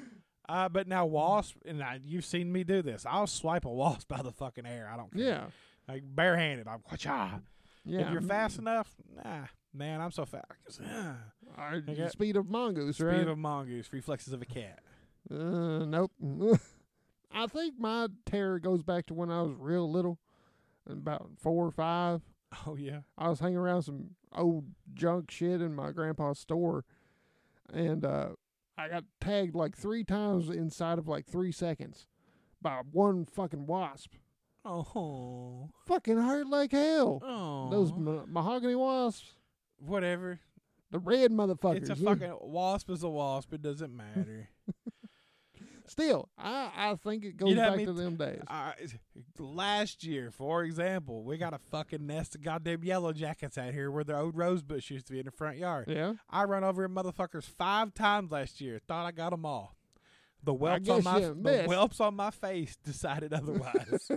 A: Uh, but now wasp, and I, you've seen me do this. I'll swipe a wasp by the fucking air. I don't care.
B: Yeah.
A: like barehanded. I'm whacha.
B: Yeah.
A: If you're fast enough, nah, man, I'm so fast.
B: Or the
A: got-
B: speed of mongoose,
A: Speed
B: right?
A: of a mongoose, reflexes of a cat.
B: uh, nope. I think my terror goes back to when I was real little, about four or five.
A: Oh yeah,
B: I was hanging around some old junk shit in my grandpa's store, and uh, I got tagged like three times inside of like three seconds by one fucking wasp.
A: Oh,
B: Fucking hurt like hell.
A: oh,
B: Those ma- mahogany wasps.
A: whatever.
B: The red
A: It's
B: motherfuckers.
A: a
B: yeah.
A: fucking wasp. Is a wasp. It doesn't matter.
B: Still, I, I think it goes
A: know what I
B: back
A: mean?
B: to them days.
A: I, last year, for example, we got a fucking nest of goddamn yellow jackets out here where the old rose bush used to be in the front yard.
B: yeah.
A: I run over motherfuckers five times last year. Thought I got them all. The whelps
B: guess
A: on my
B: you
A: the
B: missed.
A: whelps on my face decided otherwise.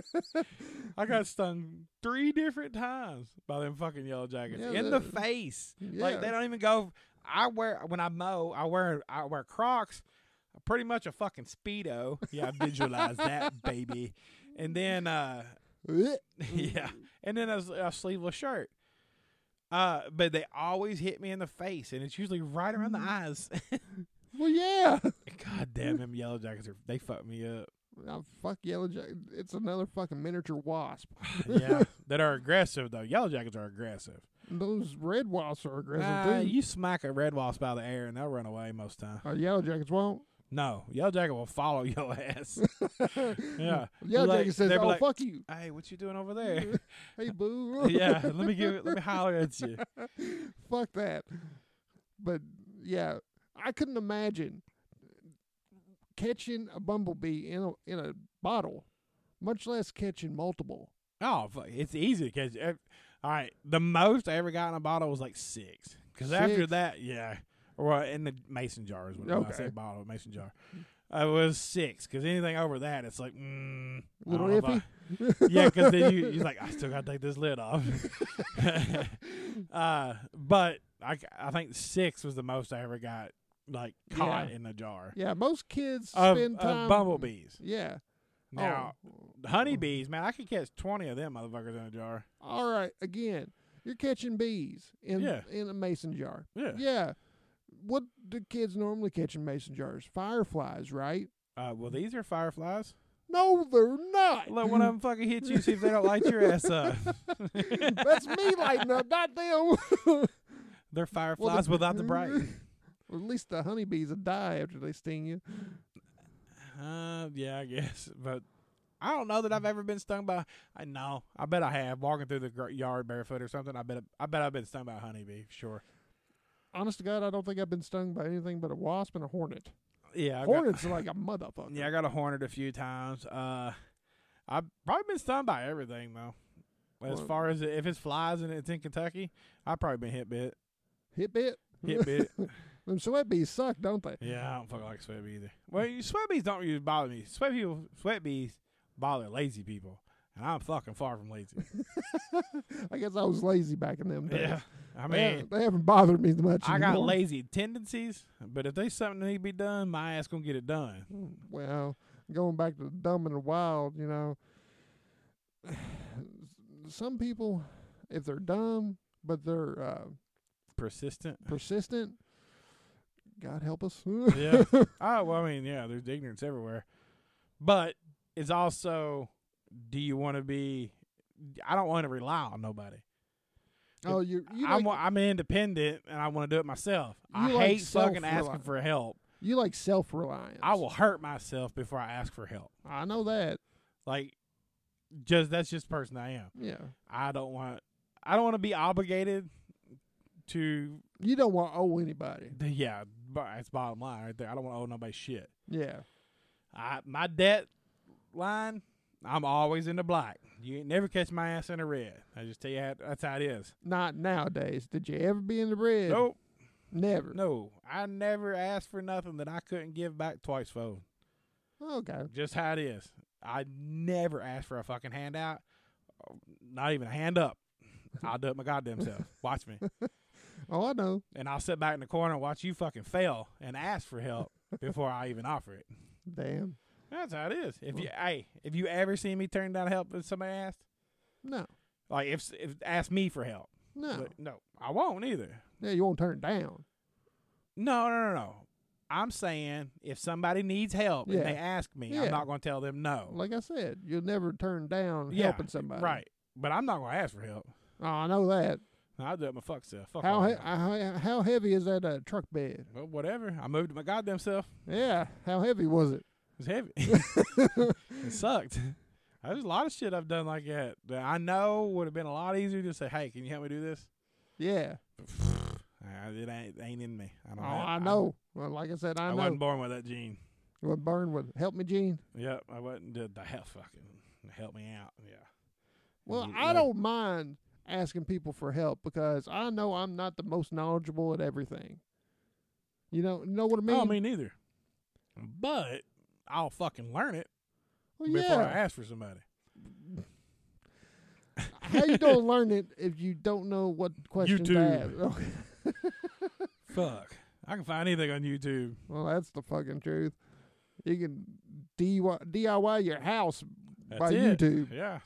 A: I got stung three different times by them fucking yellow jackets
B: Yeah,
A: in the
B: the-
A: face.
B: yeah.
A: Like they don't even go. I wear when I mow. I wear I wear Crocs, pretty much a fucking speedo. Yeah, I visualize that baby. And then uh
B: Ugh.
A: yeah, Mm-hmm. and then a, s- a sleeveless shirt. Uh, but they always hit me in the face, and it's usually right around the eyes.
B: Well, yeah.
A: Mm-hmm. God damn them yellow jackets are they fuck me up.
B: Oh, fuck yellow jack. It's another fucking miniature wasp.
A: yeah, that are aggressive though. Yellow jackets are aggressive.
B: Those red wasps are aggressive
A: Uh,
B: too.
A: you smack a red wasp by the air, and they'll run away most time.
B: Our yellow jackets won't.
A: No, Yellow Jacket will follow your ass. yeah.
B: Yellow
A: Like,
B: Jacket says,
A: they'd be
B: "Oh
A: like-
B: fuck you,
A: Hey, what you doing over there?
B: hey boo."
A: yeah, let me give let me holler at you.
B: fuck that. But yeah, I couldn't imagine catching a bumblebee in a in a bottle, much less catching multiple.
A: Oh, fuck, it's easy to catch. Ev- All right, the most I ever got in a bottle was like six. Because after
B: Six?
A: that, yeah, or in the mason jars. When I
B: Okay.
A: say bottle, mason jar, it was six. Because anything over that, it's like mm, I
B: Little
A: don't know if I- yeah, because then you you're like, I still gotta take this lid off. uh, but I I think six was the most I ever got like caught
B: Yeah.
A: in the jar
B: Yeah, most kids
A: of,
B: spend time
A: of bumblebees.
B: Yeah.
A: Now
B: oh,
A: honeybees, man, I could catch twenty of them motherfuckers in a jar.
B: all right. Again, you're catching bees in
A: Yeah.
B: in a mason jar.
A: Yeah.
B: Yeah. What do kids normally catch in mason jars? Fireflies, right?
A: Uh, well, these are fireflies.
B: No, they're not.
A: Let one of them fucking hit you, see if they don't light your ass up.
B: That's me lighting up, not them. well,
A: They're fireflies without the bright.
B: Or at least the honeybees will die after they sting you.
A: Uh, yeah, I guess. But I don't know that I've ever been stung by. I know. I bet I have. Walking through the gr- yard barefoot or something. I bet. I bet I've been stung by a honeybee. Sure.
B: Honest to God, I don't think I've been stung by anything but a wasp and a hornet.
A: Yeah. I got,
B: Hornets are like a motherfucker.
A: yeah, I got a hornet a few times. Uh, I've probably been stung by everything though. As
B: Well-
A: far as if it's flies and it's in Kentucky, I've probably been hit bit.
B: Hit bit.
A: Hit bit.
B: Them sweat bees suck, don't they?
A: Yeah, I don't fucking like sweat bees either. Well, you sweat bees don't really bother me. Sweat people, sweat bees bother lazy people, and I'm fucking far from lazy.
B: I guess I was lazy back in them days.
A: yeah, I
B: They haven't-
A: mean,
B: they haven't bothered me much.
A: I got
B: anymore.
A: lazy tendencies, but if there's something that need to be done, my ass gonna get it done.
B: Well, going back to Dumb and the Wild, you know, some people, if they're dumb but they're uh,
A: Persistent.
B: persistent, God help us.
A: Yeah. Oh well, I mean, yeah, there's ignorance everywhere, but it's also, do you want to be? I don't want to rely on nobody.
B: oh, you you
A: I'm
B: like,
A: I'm independent, and I want to do it myself. I
B: You like
A: hate fucking asking
B: self-reliant.
A: for help.
B: you like self reliance.
A: I will hurt myself before I ask for help.
B: I know that.
A: Like, just that's just the person I am.
B: Yeah.
A: I don't want. I don't want to be obligated to.
B: You don't want to owe anybody.
A: the- Yeah, but that's bottom line right there. I don't want to owe nobody shit.
B: Yeah.
A: I my debt line. I'm always in the black. You ain't never catch my ass in the red. I just tell you how, that's how it is.
B: Not nowadays. Did you ever be in the red?
A: Nope,
B: Never.
A: no, I never asked for nothing that I couldn't give back twice fold.
B: Okay.
A: Just how it is. I never asked for a fucking handout. Not even a hand up. I'll do it my goddamn self. Watch me.
B: Oh, I know.
A: And I'll sit back in the corner and watch you fucking fail and ask for help before I even offer it.
B: Damn.
A: That's how it is. If you hey, if you ever seen me turn down help if somebody asked,
B: No.
A: like if if ask me for help.
B: No.
A: But no, I won't either.
B: yeah, you won't turn it down.
A: No, no, no, no. I'm saying if somebody needs help
B: Yeah.
A: and they ask me,
B: Yeah.
A: I'm not gonna tell them no.
B: Like I said, you'll never turn down
A: Yeah,
B: helping somebody.
A: right. But I'm not gonna ask for help.
B: Oh, I know that.
A: I'll do it my fuck self. Fuck
B: How
A: all
B: he-
A: y'all.
B: how how heavy is that uh, truck bed?
A: Well, whatever. I moved my goddamn self.
B: Yeah, how heavy was it?
A: It was heavy. it sucked. There's a lot of shit I've done like that that I know would have been a lot easier to say, "Hey, can you help me do this?"
B: Yeah.
A: Uh, It ain't, ain't in me. I
B: Oh,
A: don't. have-
B: I know. Well, like I said,
A: I,
B: I, know.
A: wasn't born with that gene.
B: What burn would help me, Gene?
A: Yep, I wasn't. Did the hell fucking help me out? Yeah.
B: Well,
A: Mm,
B: I
A: like-
B: don't mind asking people for help because I know I'm not the most knowledgeable at everything. You know, you know what I mean?
A: No, me neither. But I'll fucking learn it
B: well,
A: before I
B: yeah.
A: ask for somebody.
B: How you gonna learn it if you don't know what questions to ask?
A: YouTube. Fuck. I can find anything on YouTube.
B: Well, that's the fucking truth. You can DIY, DIY your house
A: That's
B: by
A: it.
B: YouTube.
A: Yeah.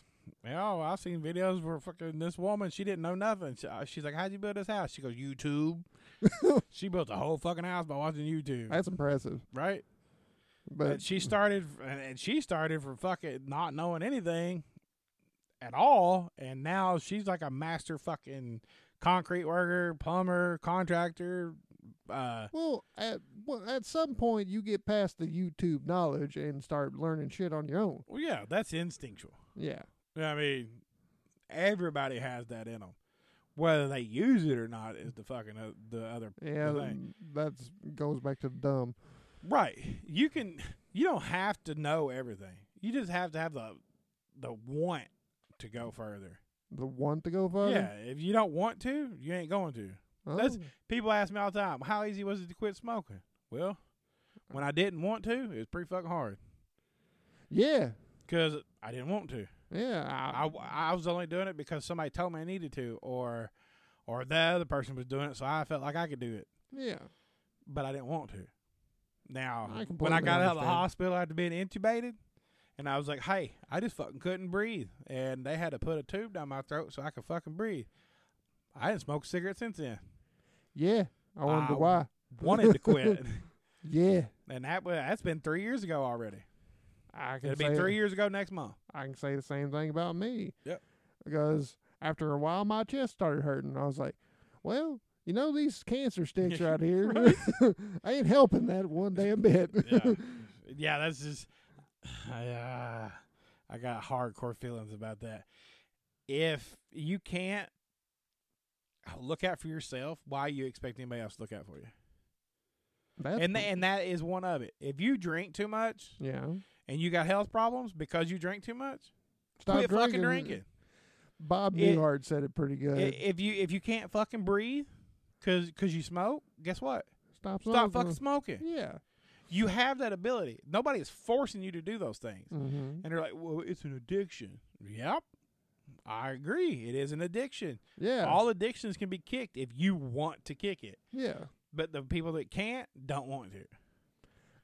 A: Yeah, oh, I've seen videos where fucking this woman, she didn't know nothing. She, uh, she's like, How'd you build this house? She goes, YouTube. she built the whole fucking house by watching YouTube.
B: That's impressive.
A: right?
B: But
A: and she started, and and she started from fucking not knowing anything at all. And now she's like a master fucking concrete worker, plumber, contractor, Uh,
B: Well, at well, at some point you get past the YouTube knowledge and start learning shit on your own.
A: well, yeah, that's instinctual.
B: Yeah.
A: I mean, everybody has that in them. Whether they use it or not is the fucking o- the other
B: Yeah,
A: Right.
B: that's goes back to dumb.
A: right. You can you don't have to know everything. You just have to have the the want to go further.
B: The one to go further.
A: yeah, if you don't want to, you ain't going to.
B: Oh,
A: that's- People ask me all the time, "How easy was it to quit smoking?" Well, when I didn't want to, it was pretty fucking hard
B: yeah,
A: because I didn't want to.
B: yeah. I,
A: I, I was only doing it because somebody told me I needed to, or or the other person was doing it, so I felt like I could do it,
B: yeah.
A: but I didn't want to. Now,
B: I
A: when I
B: completely
A: got out of the
B: understand.
A: hospital after being intubated, and I was like, "Hey, I just fucking couldn't breathe," and they had to put a tube down my throat so I could fucking breathe. I didn't smoke cigarettes since then.
B: Yeah. I wonder
A: I-
B: why.
A: Wanted to quit,
B: Yeah.
A: and that wa- that's been three years ago already.
B: I can
A: It'll
B: say
A: be three years ago next month.
B: I can say the same thing about me.
A: Yep.
B: Because after a while my chest started hurting. I was like, Well, you know these cancer sticks right here
A: Right.
B: ain't helping that one damn bit.
A: yeah, yeah, that's just. I, uh, I got hardcore feelings about that. If you can't look out for yourself, why you expect anybody else to look out for you?
B: That's
A: And tha- and that is one of it. If you drink too much
B: yeah.
A: and you got health problems because you drink too much,
B: Stop
A: quit
B: drinking.
A: fucking drinking.
B: Bob
A: It-
B: Newhart said it pretty
A: I-
B: good.
A: If you if you can't fucking breathe because cause you smoke, guess what?
B: Stop
A: Stop
B: smoking.
A: fucking smoking.
B: Yeah.
A: You have that ability. Nobody is forcing you to do those things.
B: Mm-hmm.
A: And they're like, well, it's an addiction. Yep. I agree. It is an addiction.
B: Yeah.
A: All addictions can be kicked if you want to kick it.
B: yeah.
A: But the people that can't don't want to.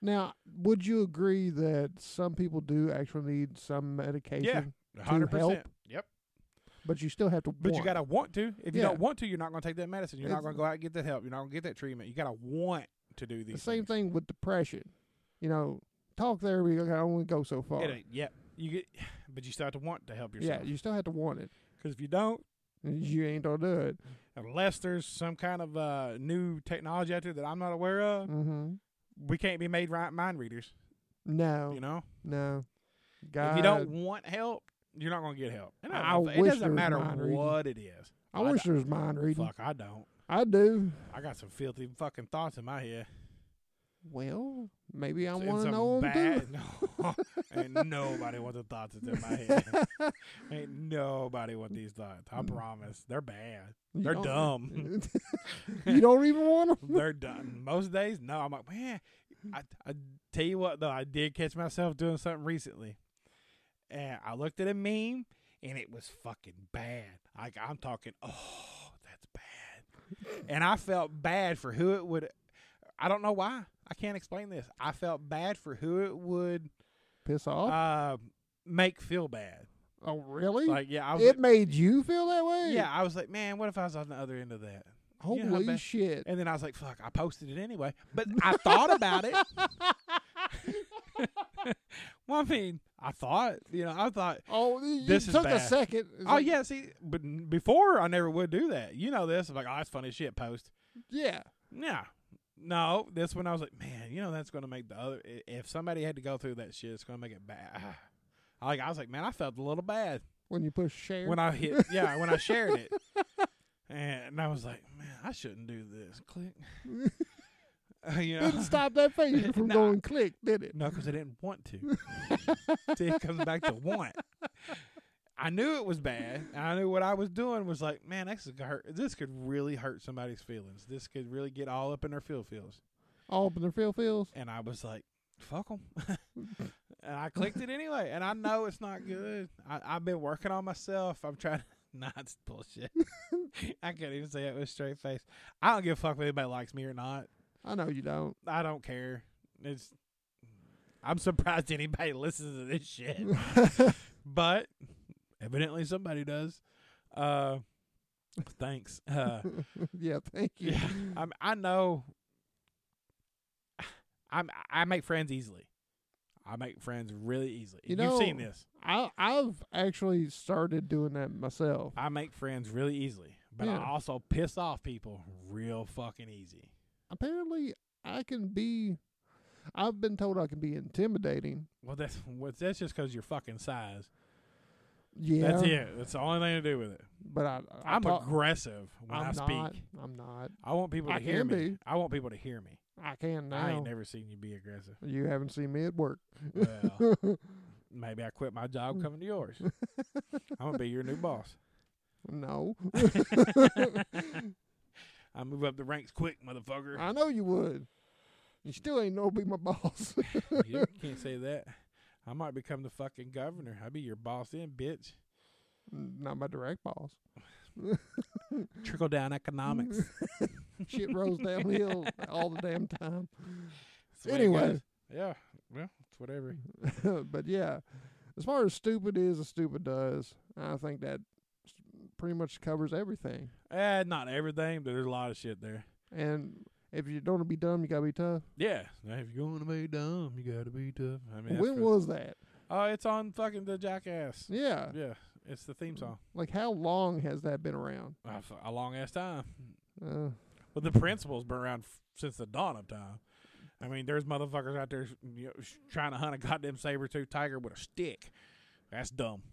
B: Now, would you agree that some people do actually need some medication?
A: A 100%.
B: help?
A: Yep.
B: But you still have to
A: But
B: want.
A: you got to want to. If you
B: Yeah.
A: don't want to, you're not going to take that medicine. You're not
B: It's-
A: going to go out and get that help. You're not going to get that treatment. You got to want to do
B: the
A: these
B: same
A: things.
B: thing with depression. You know, talk therapy can only go so far.
A: It ain't- yep. You get, but you still have to want to help
B: Yeah,
A: yourself.
B: you still have to want it.
A: Because if you don't,
B: You ain't gonna do it.
A: unless there's some kind of uh, new technology out there that I'm not aware of,
B: Mm-hmm.
A: we can't be made right mind readers.
B: No,
A: You know.
B: no. Oh God,
A: If you don't want help, you're not going to get help. And I
B: I
A: don't- it
B: wish there
A: doesn't
B: was
A: matter
B: mind reading.
A: what it is.
B: I wish there was mind reading.
A: Fuck, I don't.
B: I do.
A: I got some filthy fucking thoughts in my head.
B: Well, maybe I
A: And
B: want to
A: some
B: know them too.
A: bad- No, ain't nobody want the thoughts that's in my head. ain't nobody want these thoughts.
B: Mm.
A: I promise. They're bad.
B: You
A: They're
B: don't-
A: dumb.
B: you don't even want them.
A: They're done. Most days, no. I'm like, man, I, I tell you what, though, I did catch myself doing something recently. And I looked at a meme and it was fucking bad. Like, I'm talking, oh, that's bad. And I felt bad for who it would. I don't know why. I can't explain this. I felt bad for who it would
B: Piss off.
A: uh, make feel bad.
B: oh, really?
A: Like, yeah, I was.
B: it
A: like-
B: made you feel that way?
A: yeah, I was like, man, what if I was on the other end of that?
B: Holy
A: know how bad-
B: shit.
A: And then I was like, fuck, I posted it anyway. But I thought about it. well, I mean, I thought, you know, I thought,
B: Oh, you
A: This is
B: took a
A: bad.
B: second. It's
A: oh,
B: like,
A: yeah, see, but n- before I never would do that. You know this. I'm like, oh, that's funny shit, post.
B: Yeah.
A: Yeah. No, this one I was like, man, you know, that's going to make the other, i- if somebody had to go through that shit, it's going to make it bad. I Like, I was like, man, I felt a little bad
B: When you push share.
A: when I hit, yeah, when I shared it. And I was like, man, I shouldn't do this. Click. Uh, you know?
B: didn't stop that finger from
A: Nah.
B: going click, did it?
A: No, because I didn't want to. See, it comes back to want. I knew it was bad. And I knew what I was doing was like, man, this could hurt. This could really hurt somebody's feelings. This could really get all up in their feel feels.
B: All up in their feel feels.
A: And I was like, fuck 'em. and I clicked it anyway. And I know it's not good. I, I've been working on myself. I'm trying. Nah, it's bullshit. I can't even say it with a straight face. I don't give a fuck if anybody likes me or not.
B: I know you don't.
A: I don't care. It's. I'm surprised anybody listens to this shit but evidently somebody does. Uh, thanks. Uh,
B: yeah, thank you.
A: yeah, I'm, I know. I'm, I make friends easily. I make friends really easily.
B: You
A: You have seen
B: know-
A: this.
B: I I've actually started doing that myself.
A: I make friends really easily, but
B: Yeah.
A: I also piss off people real fucking easy.
B: apparently I can be. I've been told I can be intimidating.
A: Well, that's what- that's just because your fucking size.
B: Yeah,
A: That's it. That's the only thing to do with it.
B: But I, I
A: I'm
B: talk-
A: aggressive when i
B: I'm
A: speak.
B: not. I'm not.
A: I want people to
B: I
A: hear
B: can
A: me.
B: be.
A: I want people to hear me.
B: I can now.
A: I ain't never seen you be aggressive.
B: You haven't seen me at work.
A: Well, maybe I quit my job coming to yours. I'm gonna be your new boss.
B: no,
A: I move up the ranks quick, motherfucker.
B: I know you would. You still ain't know be my boss.
A: you can't say that. I might become the fucking governor. I'll be your boss then, bitch.
B: not my direct boss.
A: Trickle down economics.
B: Mm-hmm. Shit rolls downhill all the damn time.
A: That's the way it
B: Anyway.
A: goes. Yeah. Well, it's whatever.
B: but yeah, as far as stupid is, as stupid does. I think that s- pretty much covers everything.
A: Eh, not everything, but there's a lot of shit there.
B: And if you don't want to be dumb, you gotta be tough.
A: Yeah. Now, if you're gonna be dumb, you gotta be tough. I mean, that's
B: when
A: for-
B: was that?
A: Oh, it's on fucking the Jackass.
B: Yeah. Mm-hmm.
A: Yeah, it's the theme song.
B: Like how long has that been around?
A: Uh, f- A long ass time.
B: Uh,
A: But the principle's been around f- since the dawn of time. I mean, there's motherfuckers out there you know, sh- trying to hunt a goddamn saber tooth tiger with a stick. That's dumb.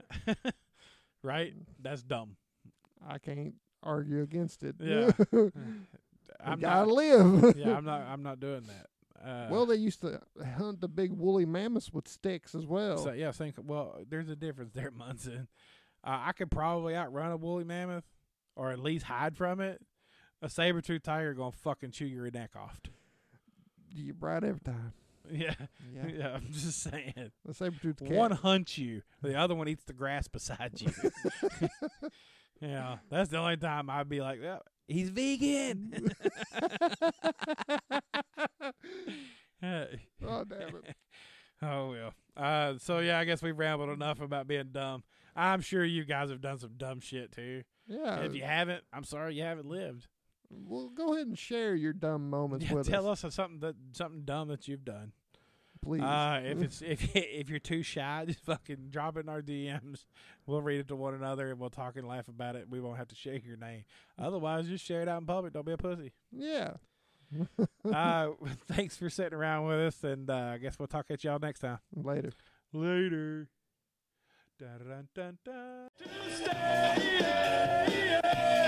A: right? That's dumb.
B: I can't argue against it.
A: Yeah.
B: We
A: I'm
B: gotta
A: not,
B: live.
A: yeah, I'm not. I'm not doing that. Uh,
B: well, they used to hunt the big woolly mammoths with sticks as well.
A: so, yeah, I think. Well, there's a difference there, Munson. Uh, I could probably outrun a woolly mammoth, or at least hide from it. A saber tooth tiger gonna fucking chew your neck off.
B: you right every time.
A: Yeah,
B: Yeah.
A: yeah. I'm just saying.
B: The saber tooth cat.
A: One hunts you, the other one eats the grass beside you. yeah, that's the only time I'd be like, "Yeah, he's vegan.
B: oh damn it.
A: Oh well. Uh, so yeah, I guess we've rambled enough about being dumb. I'm sure you guys have done some dumb shit too.
B: Yeah.
A: if you haven't, I'm sorry you haven't lived.
B: well, go ahead and share your dumb moments
A: Yeah,
B: with
A: tell
B: us,
A: us of something that something dumb that you've done.
B: please.
A: Uh, if it's if if you're too shy, just fucking drop it in our DMs. We'll read it to one another and we'll talk and laugh about it. We won't have to share your name. Otherwise, just share it out in public. Don't be a pussy.
B: yeah.
A: uh, thanks for sitting around with us, and uh, I guess we'll talk at y'all next time.
B: Later.
A: Later. Dun, dun, dun, dun.